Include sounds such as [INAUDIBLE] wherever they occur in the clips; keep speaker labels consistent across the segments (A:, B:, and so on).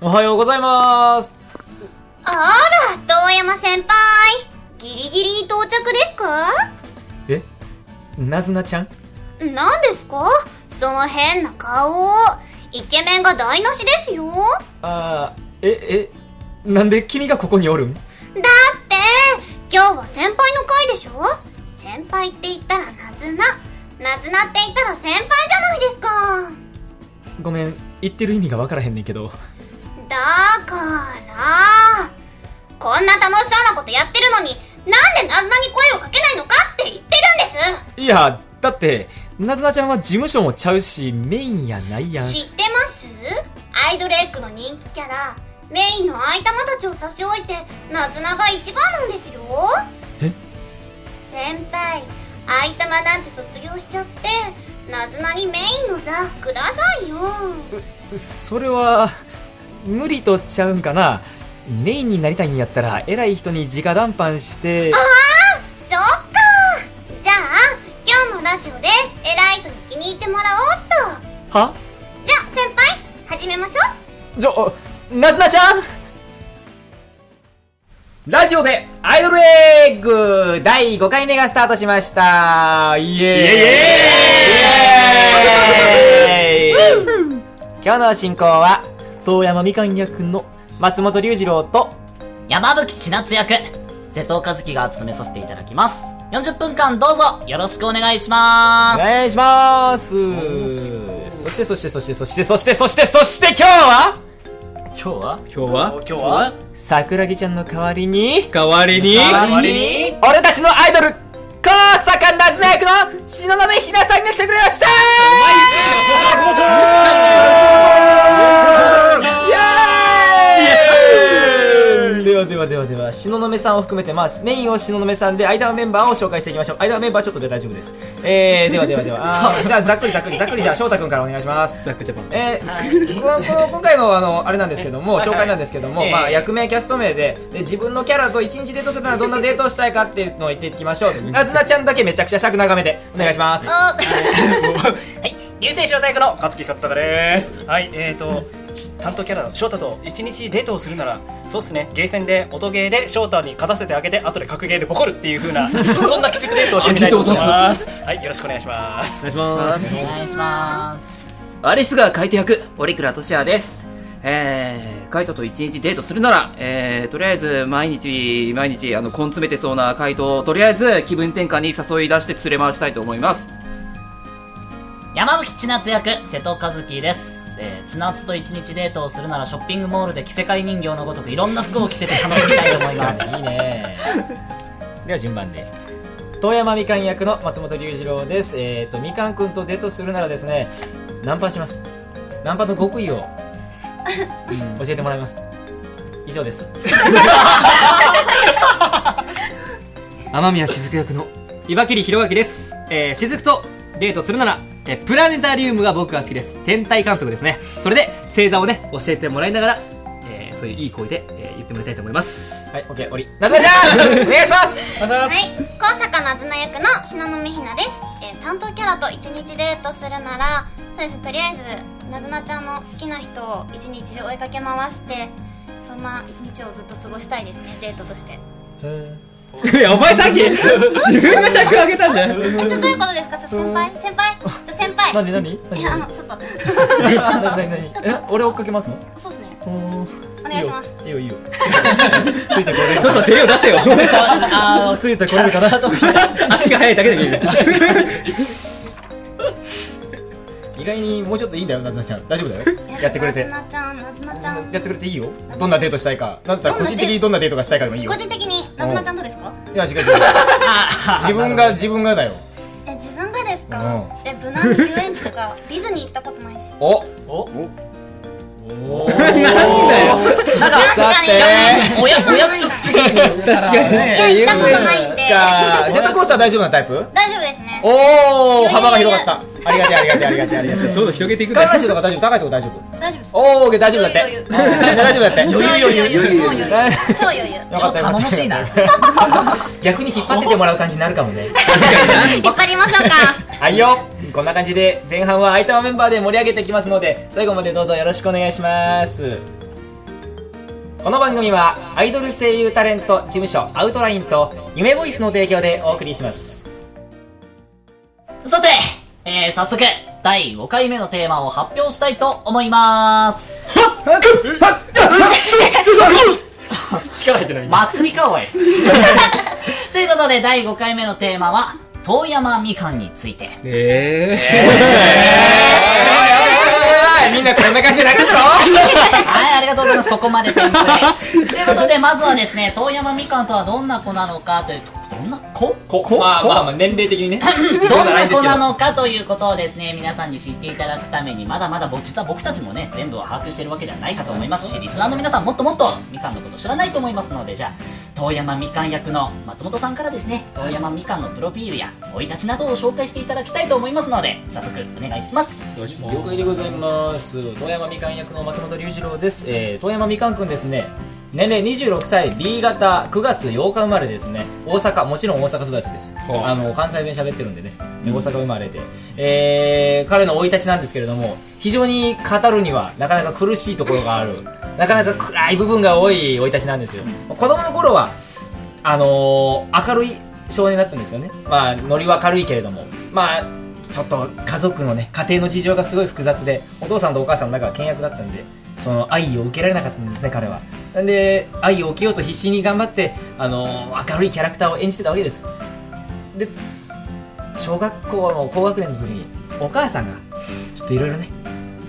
A: おはようございます
B: あら、遠山先輩。ギリギリに到着ですか
A: えなずなちゃん
B: 何ですかその変な顔。イケメンが台無しですよ。だ
A: あーええなんで君がここにおるん
B: って、今日は先輩の回でしょ先輩って言ったらなずな。なずなって言ったら先輩じゃないですか。
A: ごめん言ってる意味がわからへんねんけど
B: だから、こんな楽しそうなことやってるのに、なんでなずなに声をかけないのかって言ってるんです。
A: いやだってなずなちゃんは事務所もちゃうしメインやないやん
B: 知ってますアイドルエッグの人気キャラメインの愛玉たちを差し置いてナズナが一番なんですよ
A: え
B: 先輩愛玉なんて卒業しちゃってナズナにメインの座くださいよ
A: それは無理とちゃうんかなメインになりたいんやったら偉い人に直談判して
B: そっかじゃあ今日のラジオで偉い人に気に入ってもらおうっと
A: は
B: じゃあ先輩始めましょう
A: じゃあなずなちゃんラジオでアイドルエッグ第5回目がスタートしましたイエーイイエーイ今日の進行は遠山みかん役の松本龍二郎と
C: 山吹千夏役瀬戸和樹が務めさせていただきます40分間どうぞよろしくお願いしま
A: お
C: す
A: 願いしますそしてそしてそしてそしてそしてそしてそして今日は
C: 今日は
D: 今日は今日は
A: 桜木ちゃんの代わりに
D: 代わりに
C: 代わりに
A: 俺たちのアイドル川坂なずな役の東雲ひなさんが来てくれましたイエーイではではではでは東雲さんを含めて、まあ、メインを東雲さんで間のメンバーを紹介していきましょう間のメンバーちょっとで大丈夫ですえー、ではではではあーじゃあざっくりざっくりざっくりじゃあ翔太君からお願いします
D: ザックジャパン
A: えー、このこの今回のあのあれなんですけども紹介なんですけども、まあ、役名キャスト名でで自分のキャラと一日デートするならどんなデートをしたいかっていうのを言っていきましょうあずなちゃんだけめちゃくちゃ尺長めでお願いします
B: あ
E: はい、流星小体役の勝木勝孝です。はい、えーと、担当キャラの翔太と一日デートをするなら、そうっすね、ゲーセンで音ゲーで翔太に勝たせてあげて、後で格ゲーでボコるっていう風 [LAUGHS] な、そんな鬼畜デートをしてみたいと思います。はい、よろしくお願いします。
D: お願いし
C: お願いします
F: アリスが海底役、オリクラトシアです。えー、カイトと一日デートするなら、えー、とりあえず毎日、毎日、あの、根詰めてそうなカイトを、とりあえず気分転換に誘い出して連れ回したいと思います。
C: 山吹千夏役瀬戸和樹です、えー、千夏と一日デートをするならショッピングモールで着せ替え人形のごとくいろんな服を着せて楽しみたいと思い
D: [LAUGHS]
C: ますいいね
A: では順番で遠山みかん役の松本龍二郎ですえっ、ー、とみかん君とデートするならですねナンパしますナンパの極意を、うん教えてもらいます以上です
D: 雨宮雫役の岩切弘明ですえー、雫とデートするならえープラネタリウムが僕が好きです天体観測ですねそれで星座をね教えてもらいながらえー、そういういい声で、えー、言ってもらいたいと思います
A: はいオッケーおりなずなち [LAUGHS] ゃんお願いします
B: はい、高坂なずな役の東雲ひなです、えー担当キャラと一日デートするならそうですねとりあえずなずなちゃんの好きな人を一日中追いかけ回してそんな一日をずっと過ごしたいですねデートとして
D: いやお前さっき自分が尺上げたんじゃん
B: えちょっとどういうことですかちょっと先輩先輩ちょっと先輩
A: 何何
B: い
A: 何
B: やあのちょっとちょっ
A: 何何何
B: [LAUGHS] とち
A: え
B: ょっ
A: 俺追っかけますの
B: とそうですね
A: お
B: お願いします
A: いいよいいよ
D: ちょっと手を出せよ
C: あ
A: ついてこれる [LAUGHS] かな
D: 足が速いだけで見え
A: [LAUGHS]
D: る
A: 意外にもうちょっといいんだよなずなちゃん大丈夫だよやってくれて
B: なずなちゃんなずなちゃん
A: やってくれていいよどんなデートしたいかだったら個人的にどんなデートがしたいかでもいいよ
B: 個人的になずなちゃんとですか
A: いや違う違う自分が自分がだよ
B: え自分がですかえ無難に遊園地と
C: [LAUGHS]
B: かディズニー行ったことないし
A: お
C: [LAUGHS]
B: 確かに
C: ーおやお約束すぎる
B: いや行ったことないんで
A: かジェットコースター大丈夫なタイプ
B: 大丈夫ですね
A: おお幅が広 [LAUGHS] がったありがてえありがてえありがてえありがてえ
D: [LAUGHS] どんどん広げていくん
A: 観
D: だよ
A: 覧車とか大丈夫高いとこ大丈夫
B: 大丈夫です
A: [LAUGHS] おお大丈夫だって
B: 余裕
A: うん大丈夫だって
B: 余裕余裕余裕余裕
A: よ
B: 超余裕
C: ちょっと頼もしいな
A: 逆に引っ張っててもらう感じになるかも [LAUGHS] ね
B: 引っ張りましょうか
C: [LAUGHS]
A: はいよこんな感じで前半は相手のメンバーで盛り上げていきますので最後までどうぞよろしくお願いしますこの番組はアイドル声優タレント事務所アウトラインと夢ボイスの提供でお送りします
C: さて、えー、早速、第5回目のテーマを発表したいと思います。
E: 力入ってない
C: 祭りかおい。 [LAUGHS] ということで、第5回目のテーマは、遠山みかんについて。
D: みんなこんな感じじゃなかった
C: はい、ありがとうございます。ここまで点数。ということで、まずはですね、遠山みかんとはどんな子なのかという、どんな子
A: ここまあまあまあ年齢的にね
C: どんな子なのかということをですね、皆さんに知っていただくために、まだまだ僕実は僕たちもね、全部は把握してるわけではないかと思いますし、リスナーの皆さんもっともっとみかんのこと知らないと思いますので、じゃあ、遠山みかん役の松本さんからですね、遠山みかんのプロフィールや生い立ちなどを紹介していただきたいと思いますので、早速お願いします。
A: 了解でございます遠山みかん役の松本龍二郎です、えー、遠山みかんくんですね年齢26歳 B 型9月8日生まれですね大阪もちろん大阪育ちですあの関西弁喋ってるんでね、大阪生まれで、えー彼の生い立ちなんですけれども非常に語るにはなかなか苦しいところがあるなかなか暗い部分が多い生い立ちなんですよ子供の頃はあのー明るい少年だったんですよね、まあ、ノリは軽いけれども、まあ、ちょっと家族のね家庭の事情がすごい複雑でお父さんとお母さんの中は倹約だったんでその愛を受けられなかったんですね彼はなんで愛を受けようと必死に頑張って、あのー明るいキャラクターを演じてたわけですで小学校の高学年の時にお母さんがちょっといろいろね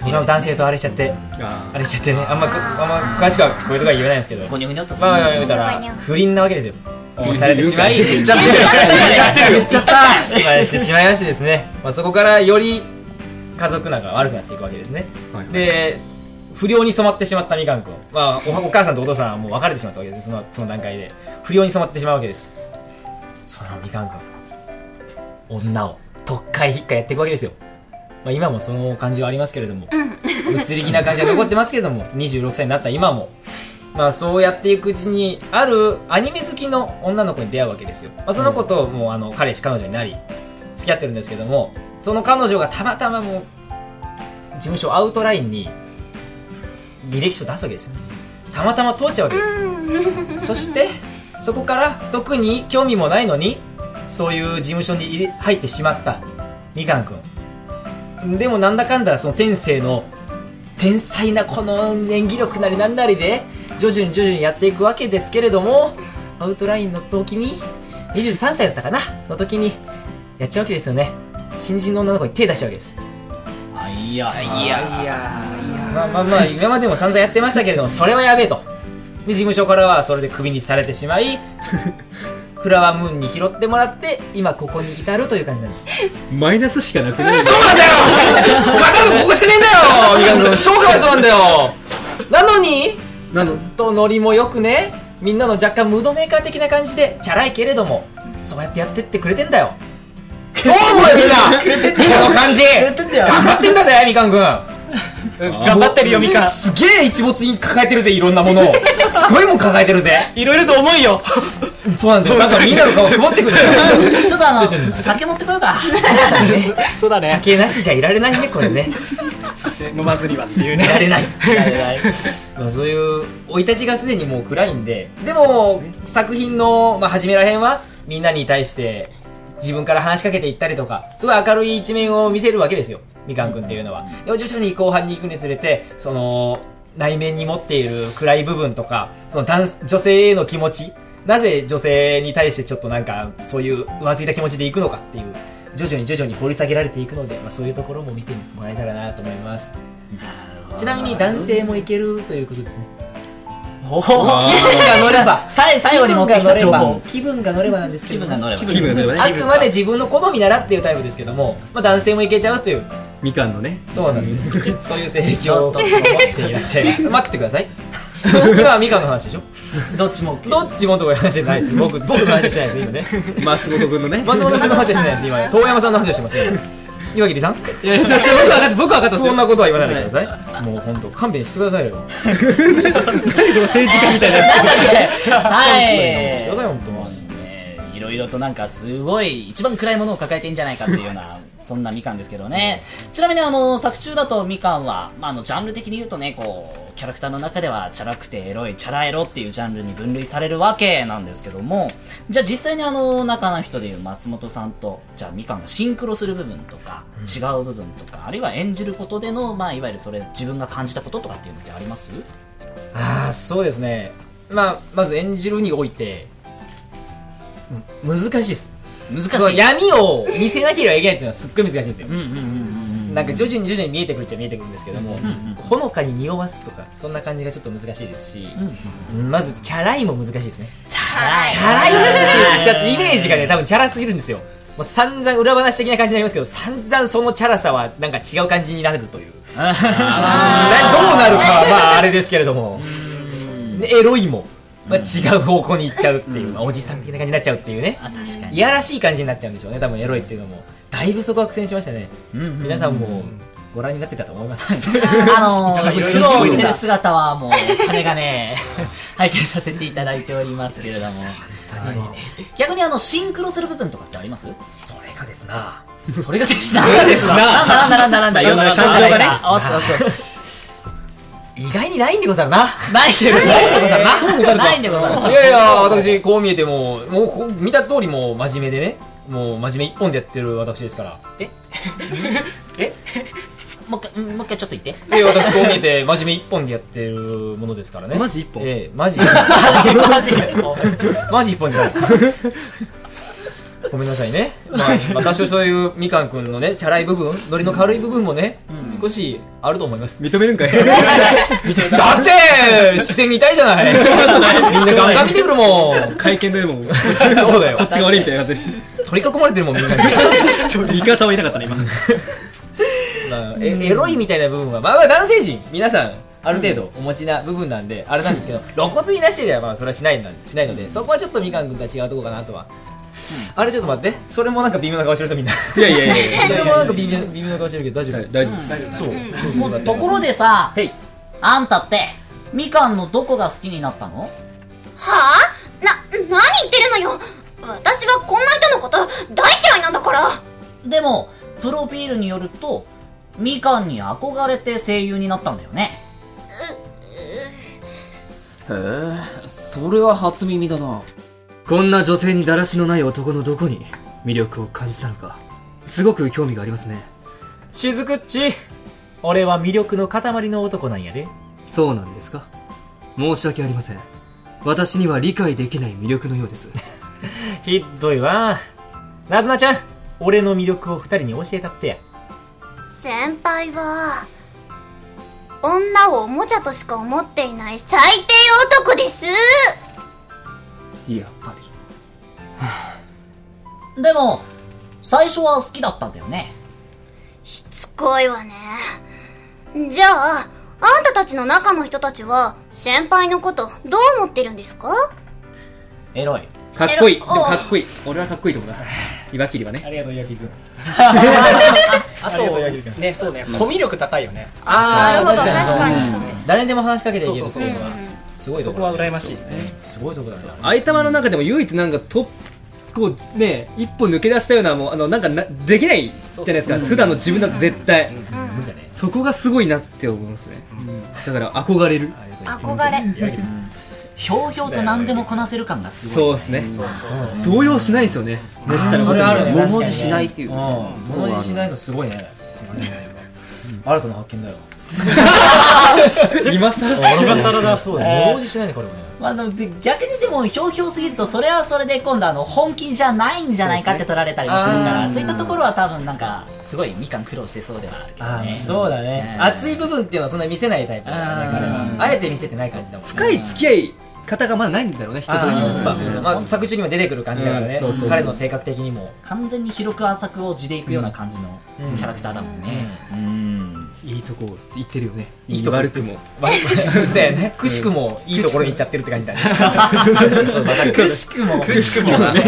A: 他の男性とあれしちゃってあれしちゃってねあんまくあんま詳しくはこういうとこは言えないんですけど
C: ごにょごにょっとする
A: まあ
C: の
A: まあ
C: に
A: まあ言うたら不倫なわけですよされてしまい言っちゃって言っちゃったまあしてしまいましてですね、まあ、そこからより家族仲が悪くなっていくわけですね、
D: はい
A: で不良に染まってしまったみかん君、まあ、おお母さんとお父さんはもう別れてしまったわけですそのその段階で不良に染まってしまうわけですそのみかん君女を特会引っかやっていくわけですよ、まあ、今もその感じはありますけれども、物理的な感じは残ってますけれど [LAUGHS] も26歳になった今もまあそうやっていくうちにあるアニメ好きの女の子に出会うわけですよ、まあ、その子ともうあの彼氏彼女になり付き合ってるんですけどもその彼女がたまたまもう事務所アウトラインに履歴書を出すわけですよたまたま通っちゃうわけですそしてそこから特に興味もないのにそういう事務所に入れ入ってしまったみかんくんでもなんだかんだその天性の天才なこの演技力なりなんなりで徐々に徐々にやっていくわけですけれどもアウトラインの時に23歳だったかなの時にやっちゃうわけですよね新人の女の子に手出しちゃうわけです
C: あいや、
F: いやいや
A: まあまあまあ今までも散々やってましたけれどもそれはやべえとで事務所からはそれでクビにされてし
F: [LAUGHS]
A: まいフラワームーンに拾ってもらって今ここに至るという感じなんです
D: マイナスしかなくない
A: そうなんだよ語るのここしかねえんだよみかん君超かわいそうなんだよなのにちょっとノリもよくねみんなの若干ムードメーカー的な感じでチャラいけれどもそうやってやってってくれてんだよどう思うよみんなこの感じ頑張ってんだぜみかん君頑張ってるよみかんすげえ一没に抱えてるぜいろんなものをすごいもん抱えてるぜ
E: いろいろと重いよ
A: そうなんだよなんかみんなの顔曇ってくるよ
C: ちょっとあ
A: ちょちょ
C: の、酒持ってこよ
A: [LAUGHS]
C: うか。
E: そうだね
A: 酒なしじゃいられないねこれね
E: 飲まずにはっていう
A: いられない
C: いやいやいや
A: [LAUGHS] まあ、そういう生い立ちがすでにもう暗いんででも作品の、まあ、初めらへんはみんなに対して自分から話しかけていったりとかすごい明るい一面を見せるわけですよみかんくんっていうのはでも徐々に後半に行くにつれてその内面に持っている暗い部分とかその男女性への気持ちなぜ女性に対してちょっとなんかそういう浮ついた気持ちでいくのかっていう徐々に徐々に掘り下げられていくので、まあ、そういうところも見てもらえたらなと思いますちなみに男性もいけるということですね
E: おお
A: 気分が乗れば
C: さえ、最後に持ってきた情報。
A: 気分が乗ればなんですけ
C: 気
A: ど
C: 分が乗れば。
D: 気分がね
A: あくまで自分の好みならっていうタイプですけども、まあ、男性もいけちゃうという
D: みかんのね
A: そうなんですそういう性癖を持っていらっしゃい
C: [LAUGHS]
A: ます待ってください今はみかんの話でしょ
C: どっ
A: [LAUGHS]
C: ちも。
A: どっちもとかいう話じゃないです僕僕の話はしてないです今ね
D: 松本君のね
A: 松本君の話はしてないです今ね遠山さんの話をしてます今岩切さん
D: いやいやそうそう僕は分かった僕は分かった
A: そんなことは言わないでくださいもう本当勘弁してくださいよ
D: 政治家みたいな
C: はい。
A: 勘弁してください本当は
C: えーいろいろとなんかすごい一番暗いものを抱えてんじゃないかっていうようなそんなみかんですけどねちなみにあの作中だとみかんは、まあ、あのジャンル的に言うとねこうキャラクターの中ではチャラくてエロいチャラエロっていうジャンルに分類されるわけなんですけどもじゃあ実際にあの中の人でいう松本さんとじゃあみかんがシンクロする部分とか、違う部分とかあるいは演じることでの、まあ、いわゆるそれ自分が感じたこととかっていうのってあります
A: ああそうですねまあまず演じるにおいてうん難しいです
C: 難し
A: その
C: い
A: 闇を見せなければいけないっていうのはすっごい難しいんですよ
C: うんうんうんうん
A: なんか徐々に徐々に見えてくるっちゃ見えてくるんですけども、ほのかに匂わすとかそんな感じがちょっと難しいですし、まずチャラいも難しいですね
C: チャラい
A: チャラいっていうちょっとイメージがね多分チャラすぎるんですよもう散々裏話的な感じになりますけど散々そのチャラさはなんか違う感じになるというなどうなるかはまああれですけれどもでエロいも、まあ、違う方向に行っちゃうっていう、まあおじさん的な感じになっちゃうっていうね
C: あ確か
A: い
C: に
A: やらしい感じになっちゃうんでしょうね多分エロいっていうのもだいぶそこは苦戦しましたね、皆さんもご覧になってたと思います [LAUGHS]
C: あの
A: 一
C: ー、
A: 部
C: スローし
A: 一
C: て
A: 部
C: る姿はもう彼がね拝見させていただいておりますけれども逆にあのシンクロする部分とかってあります
A: それがですな
C: それがですな。
A: ですな
C: なんだなんだなんだ。よしよしよし
A: 感情がね
C: よしよしよし。
A: 意外にないんでござるな
C: ないでござる。ないでござる。ないでござる。
A: いやいや、私、こう見えても、もうこう、見た通りもう真面目でね、もう真面目一本でやってる私ですから。
C: もう一回、もう一回ちょっと言って。
A: で、私、こう見え
D: [LAUGHS]
A: て、真面目一本でやってるものですからね。
D: マジ一本
A: ええ、
D: [LAUGHS]
A: マジ。
C: マジで。
A: マジ一本じゃない。ごめんなさいね。まあ、まあ多少そういうみかんくんのね、チャラい部分、ノリの軽い部分もね、少しあると思います。
D: 認めるんかい
A: だって、視線痛いじゃない。みんなガンガン見てくるもん。
D: [LAUGHS] 会見でも、こ
A: そうだよ
D: っ。ちが悪いみたいにな [LAUGHS] ってる。
A: 取り囲まれてるもん、みんなに。
D: 味方はいなかったね、今。
A: まあ、えエロいみたいな部分は、まあ、まあ男性陣皆さんある程度お持ちな部分なんで、あれなんですけ [LAUGHS] ど露骨に出してりゃまあそれはしないんだしないので、そこはちょっとみかん君とは違うとこかなとは、あれちょっと待ってそれもなんか微妙な顔してるぞみん [LAUGHS] な
D: いやいやいやい
A: それもなんか微妙微妙な顔してる [LAUGHS] けど大丈
D: や。
A: 夫
D: 大丈夫です。
A: そう
C: もうところでさ
D: へい、
C: あんたって、みかんのどこが好きになったの
B: はあな何言ってるのよ私はこんな人のこと大嫌いなんだから
C: でも、プロフィールによると、みかんに憧れて声優になったんだよね。
F: へえそれは初耳だな
D: こんな女性にだらしのない男のどこに魅力を感じたのか。すごく興味がありますね。
A: しずくっち俺は魅力の塊の男なんやで
D: そうなんですか申し訳ありません。私には理解できない魅力のようです。
A: ひっどいわなずなちゃん俺の魅力を二人に教えたってや
B: 先輩は女をおもちゃとしか思っていない最低男です
D: やっぱり。
C: でも、最初は好きだったんだよね。
B: しつこいわねじゃああんたたちの中の人たちは先輩のことどう思ってるんですか
A: エロい
D: かっこいい。
B: エ
D: で
B: ロ
D: もかっこいい。俺はかっこいいと思うな。岩切りはね。
A: ありがとう焼き君
E: あ
A: ありがとう
E: とねそうねコミュ力高いよね
A: ああ
B: なるほど確かにそうです
A: 誰にでも話しかけていける
E: そうそうそうそう
A: すごいと
E: そ
A: こ
E: こは
A: だね
E: 羨ましいね
A: すごいとこだね
D: 相玉の中でも唯一なんかとこうね一歩抜け出したようなもうあのなんかなできないじゃないですか普段の自分だと絶対そこがすごいなって思いますね、だから憧れる
B: 憧れ
C: ひょうひょうと何でもこなせる感がすごい。
D: そうですね動揺しないですよねめったなこと
A: それあるね
F: 物怖じしないっていう
A: 確かにねうん物怖じしないのすごいね新たな発見だよ
D: 今更
A: 今更だそうだよ物怖じしないねこれもね
C: まあ、でもで逆にでもひょうひょうすぎるとそれはそれで今度あの本気じゃないんじゃないかって取られたりもするからそう,、いったところは多分なんかすごいみかん苦労してそうではあるけど
A: あ
C: ね
A: ーそうだね
C: うん
A: 熱い部分っていうのはそんな見せないタイプだからね彼
C: うん
A: はあえて見せてない感じだもんね
D: 深い付き合い方がまだないんだろうね人と
A: あー
D: の
A: そうそうそうまあ作中にも出てくる感じだから
D: う
A: ね
D: んそうそうそう
A: 彼の性格的にも
C: 完全に広く浅くを地でいくような感じのキャラクターだもんねうん
D: いいとこ言ってるよね
A: いいとこ
D: 悪くも
A: まあそうやねくしくもいいところに行っちゃってるって感じだねそうわかる
C: くしくもくしくもね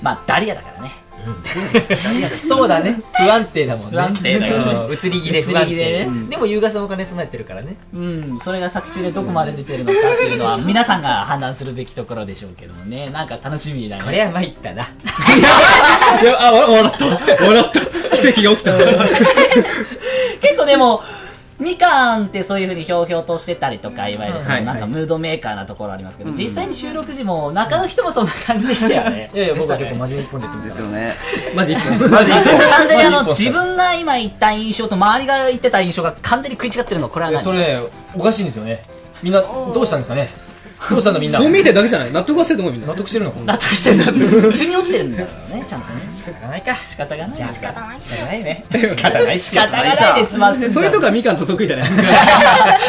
C: まあダリアだからね
A: [LAUGHS] そうだね不安定だもんね
C: 不安定だよね
A: うん移り気で不安
C: 移り気でね
A: 定でも優雅さも兼ね備えてるからね
C: うんそれが作中でどこまで出てるのかっていうのは皆さんが判断するべきところでしょうけどもねなんか楽しみだね
A: これは参った
C: [LAUGHS]
A: な
D: いや
A: [LAUGHS]
D: あわ笑った笑った奇跡が起きた
C: 結構でもみかんってそういうふうにひょうひょうとしてたりとか、いわゆるそ
F: は
C: の
F: い
C: なんかムードメーカーなところありますけど、実際に収録時も中の人もそんな感じでしたよね
A: い。やいや、
E: でし
A: 僕
E: た
A: は
E: ね
A: 結構真面目に一本で言って
F: で
A: ますす
F: よね。
D: マジ
F: マジ
C: 完全に
A: [LAUGHS]
C: あの
A: マジ
C: 自分が今言った印象と周りが言ってた印象が完全に食い違ってるのこれは
A: えそ
C: 何
A: れね、おかしいんですよね。みんな、どうしたんですかね。どうしたんだ、みんな。
D: そう見えてるだけじゃない納得はしてると思うみんな
A: 納得してるのか
C: 納得してんだ腑に落ちてるんだよねちゃんとね
A: ないか。
C: 仕方がないです
B: 仕
C: から
B: 方ないっす
A: 仕方な
B: よ
A: いね。仕方ないっす
C: 仕方がないですま
D: それとかみかんと
F: [LAUGHS]
D: 得意だね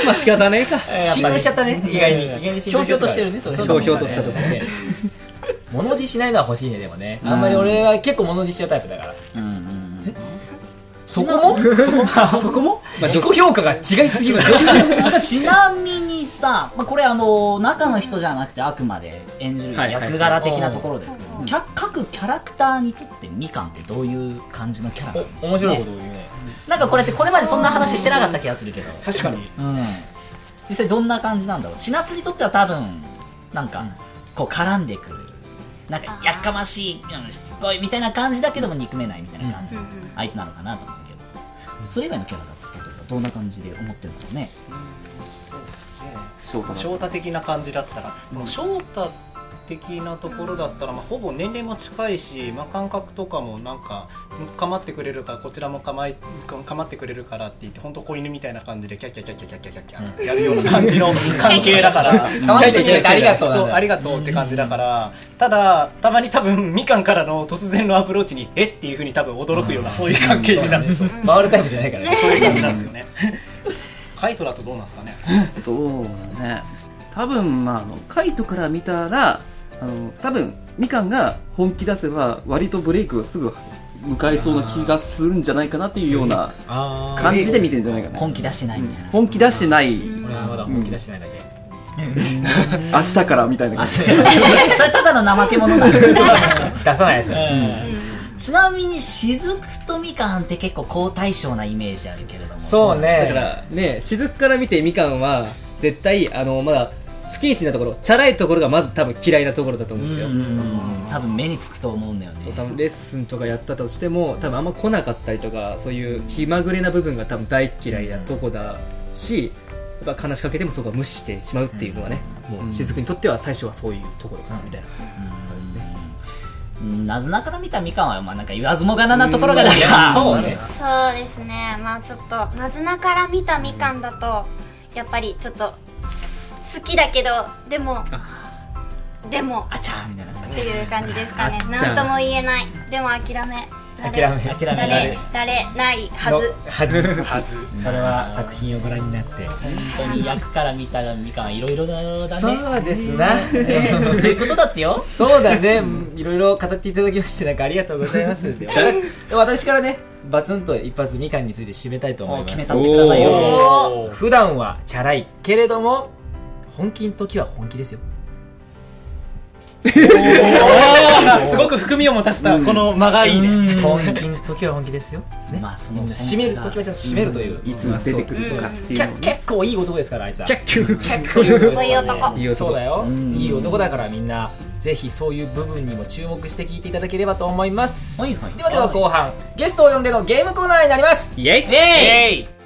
D: まあ仕方ねえか
C: シンクロしちゃったね
A: 意外に。
C: うん
A: 意外にシン
C: ひ
A: クロ
C: ょう
A: しち
C: ひょ
A: ゃ
C: う
A: っ
C: としてるねそれ
A: そう
D: ひょうひょうとしたとこ
A: ね。物おじしないのは欲しいね、でもね。あんまり俺は結構物おじしちゃうタイプだから。
C: うんうんうん
A: そこもそこも [LAUGHS] そこも自己評価が違いすぎる。
C: ちなみにさ、まあ、これあの中の人じゃなくてあくまで演じる
D: はいはい
C: 役柄的なところですけど、きゃ各キャラクターにとってみかんってどういう感じのキャラなんでしょ
A: お
C: う
A: [LAUGHS] 面白いことを言うね。
C: なんかこれってこれまでそんな話してなかった気がするけど
A: 確かに。
C: うん、実際どんな感じなんだろう千夏にとっては多分なんか、こう絡んでくるなんか
B: あー
C: やっかましい、うん、しつこいみたいな感じだけども憎めないみたいな感じ
B: う
C: の
B: んうん
C: 相手なのかなと思うけど、それ以外のキャラだったりとかどんな感じで思ってるのかね
G: そうですね
F: 翔太
G: 翔太的な感じだったら、もう翔太的なところだったら、まあ、ほぼ年齢も近いし、まあ、感覚とかもなんか構ってくれるからこちらも構い構ってくれるからって言って本当子犬みたいな感じでキャッキャッキャッキャッキャッキャッキャッキャやるような感じの関係だから。
A: 構ってくれてありがとうなんだ
G: そ
A: よ
G: うありがとうって感じだからただたまに多分みかんからの突然のアプローチにえっていうふうに多分驚くようなそういう関係になってそう
A: 回るタイプじゃないからね。
G: そういう感じなんですよねカイトだとどうなんですかね
F: そうだね多分まああのカイトから見たらあの多分みかんが本気出せば割とブレイクをすぐ迎えそうな気がするんじゃないかなっていうような
A: あ
F: 感じで見てんじゃないかな
C: 本気出してないみたいな、
F: 本気出してない
A: 俺はまだ本気出してないだけ。
F: 明日からみたいな感じ
C: [LAUGHS] それただの怠け者なんだ
A: 出さないやつ。
C: ちなみに雫とみかんって結構好対照なイメージあるけれども
A: そうね。
D: だからね雫から見てみかんは絶対あのまだ不謹慎なところチャラいところがまず多分嫌いなところだと思うんですよ、
C: うんうんうん多分目につくと思うんだよね
D: 多分レッスンとかやったとしても多分あんま来なかったりとかそういう気まぐれな部分が多分大嫌いなとこだしやっぱ話しかけてもそこは無視してしまうっていうのはね、もう雫にとっては最初はそういうところかなみたいな、
C: うんなずなから見たみかんはまあなんか言わずもがななところがなんか
A: そうね。
B: そうですねまあちょっとなずなから見たみかんだとやっぱりちょっとす好きだけどでもでも
C: あちゃーみたいな感
B: っ
C: じ
B: ていう感じですかね
D: あっちゃ
B: なんとも言えないでも諦められ
A: 諦め
C: 諦め
B: ら
C: られ
B: れられないはず
A: のはず。
E: はず
A: それは作品をご覧になって。
C: 本当に役から見たみかんはいろいろだね
A: そうですな。えー [LAUGHS]
C: [LAUGHS] ということだってよ
A: そうだね、いろいろ語っていただきまして、なんかありがとうございます。
E: [LAUGHS]
A: で私からね、バツンと一発みかんについて締めたいと思い
C: もう
A: ます。
C: 決めたってください
A: お
C: よ
E: おー
A: 普段はチャラいけれども、本気の時は本気ですよ。
E: すごく含みを持たせたこの間がいいね
A: 本気の時は本気ですよ。ね。
C: まあその
A: 締める時はちゃんと締めるという。
F: いつ出てくるかっていうのを
A: け結構いい男ですから、あいつは。結
D: キュー
A: 構いい男です
B: いい
A: から
B: 男
A: ね。そうだよ。いい男だからみんな、ぜひそういう部分にも注目して聞いていただければと思います。
C: はいはい
A: ではでは後半、ゲストを呼んでのゲームコーナーになります。
D: イエイ
A: イエイ